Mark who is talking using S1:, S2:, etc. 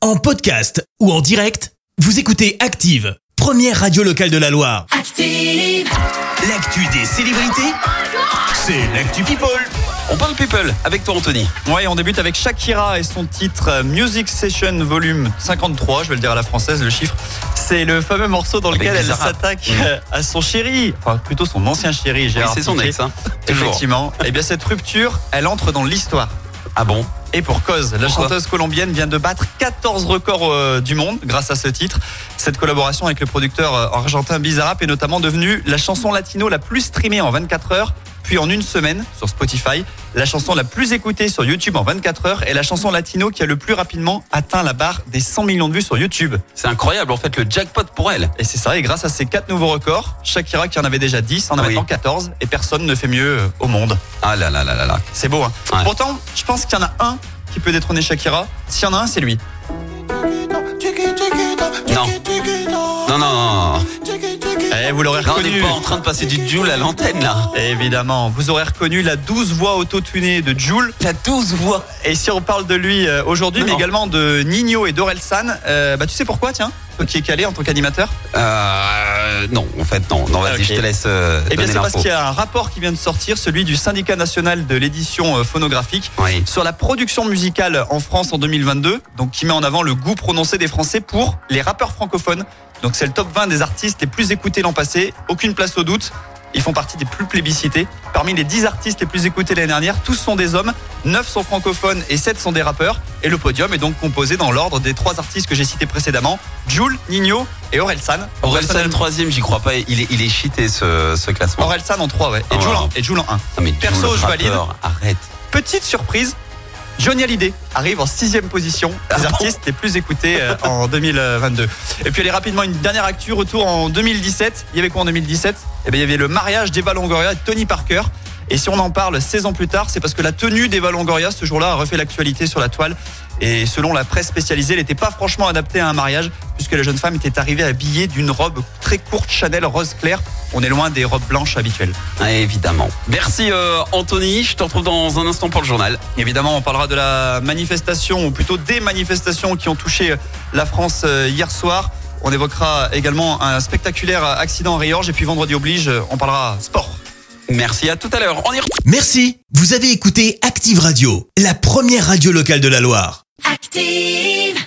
S1: En podcast ou en direct, vous écoutez Active, première radio locale de la Loire.
S2: Active,
S1: L'actu des célébrités, c'est l'actu People.
S3: On parle people avec toi Anthony. Ouais, on débute avec Shakira et son titre euh, Music Session Volume 53, je vais le dire à la française le chiffre. C'est le fameux morceau dans lequel
S4: des
S3: elle
S4: Arabes.
S3: s'attaque euh, à son chéri, enfin plutôt son ancien chéri,
S4: Oui,
S3: Gérard.
S4: c'est son
S3: Piqué.
S4: ex. Hein. Toujours.
S3: Effectivement. Et bien cette rupture, elle entre dans l'histoire.
S4: Ah bon
S3: Et pour cause, la
S4: Pourquoi
S3: chanteuse colombienne vient de battre 14 records euh, du monde grâce à ce titre. Cette collaboration avec le producteur euh, argentin Bizarrap est notamment devenue la chanson latino la plus streamée en 24 heures, puis en une semaine sur Spotify, la chanson la plus écoutée sur YouTube en 24 heures et la chanson latino qui a le plus rapidement atteint la barre des 100 millions de vues sur YouTube.
S4: C'est incroyable en fait le jackpot pour elle.
S3: Et c'est ça, et grâce à ces quatre nouveaux records, Shakira qui en avait déjà 10 en a
S4: Oui.
S3: maintenant 14 et personne ne fait mieux euh, au monde.
S4: Ah là là là là là.
S3: C'est beau, hein.
S4: Ouais.
S3: Pourtant, je pense qu'il y en a un qui peut détrôner Shakira. S'il y en a un, c'est lui.
S4: Non. Non non non. non.
S3: Eh, vous l'aurez
S4: Là on n'est
S3: reconnu.
S4: pas en train de passer du Joule à l'antenne là.
S3: Évidemment, vous aurez reconnu la 12 voix auto-tunée de Jules.
S4: La 12 voix.
S3: Et si on parle de lui euh, aujourd'hui,
S4: Non,
S3: mais
S4: non.
S3: également de Nino et d'Orelsan, euh, bah, tu sais pourquoi, tiens Toi qui es calé en tant qu'animateur
S4: Euh, non en fait non. Non vas-y
S3: Ah, ok.
S4: je te laisse. Euh,
S3: Eh bien,
S4: donner
S3: c'est parce
S4: l'info.
S3: qu'il y a un rapport qui vient de sortir, celui du syndicat national de l'édition euh, phonographique.
S4: Oui.
S3: sur la production musicale en France en 2022, donc qui met en avant le goût prononcé des Français pour les rappeurs francophones. Donc c'est le top 20 des artistes les plus écoutés l'an passé, aucune place au doute. Ils font partie des plus plébiscités. Parmi les 10 artistes les plus écoutés l'année dernière, tous sont des hommes, 9 sont francophones et 7 sont des rappeurs. Et le podium est donc composé dans l'ordre des trois artistes que j'ai cités précédemment, Jules, Nino et Orelsan.
S4: Orelsan le troisième, j'y crois pas, il est, il est cheaté ce, ce classement.
S3: Orelsan en 3, ouais. Et
S4: Ah,
S3: Jules
S4: ouais.
S3: en- Et Jules en 1.
S4: Non, mais
S3: Perso,
S4: Joule, le
S3: je valide.
S4: rappeur, Arrête.
S3: Petite surprise, Johnny Hallyday arrive en sixième position
S4: Ah
S3: des
S4: bon
S3: artistes les plus écoutés euh, en 2022. Et puis allez rapidement une dernière actu, retour en 2017. Il y avait quoi en 2017 Eh bien il y avait le mariage d'Eva Longoria et Tony Parker. Et si on en parle 16 ans plus tard, c'est parce que la tenue d'Eva Longoria ce jour-là a refait l'actualité sur la toile. Et selon la presse spécialisée, elle n'était pas franchement adaptée à un mariage, puisque la jeune femme était arrivée habillée d'une robe très courte Chanel rose clair. On est loin des robes blanches habituelles.
S4: Ah, évidemment. Merci euh, Anthony, je te retrouve dans un instant pour le journal.
S3: Évidemment, on parlera de la manifestation, ou plutôt des manifestations qui ont touché la France euh, hier soir. On évoquera également un spectaculaire accident en Riorge. Et puis vendredi oblige, on parlera sport.
S4: Merci à tout à l'heure. On y
S1: Merci, vous avez écouté Active Radio, la première radio locale de la Loire.
S2: active.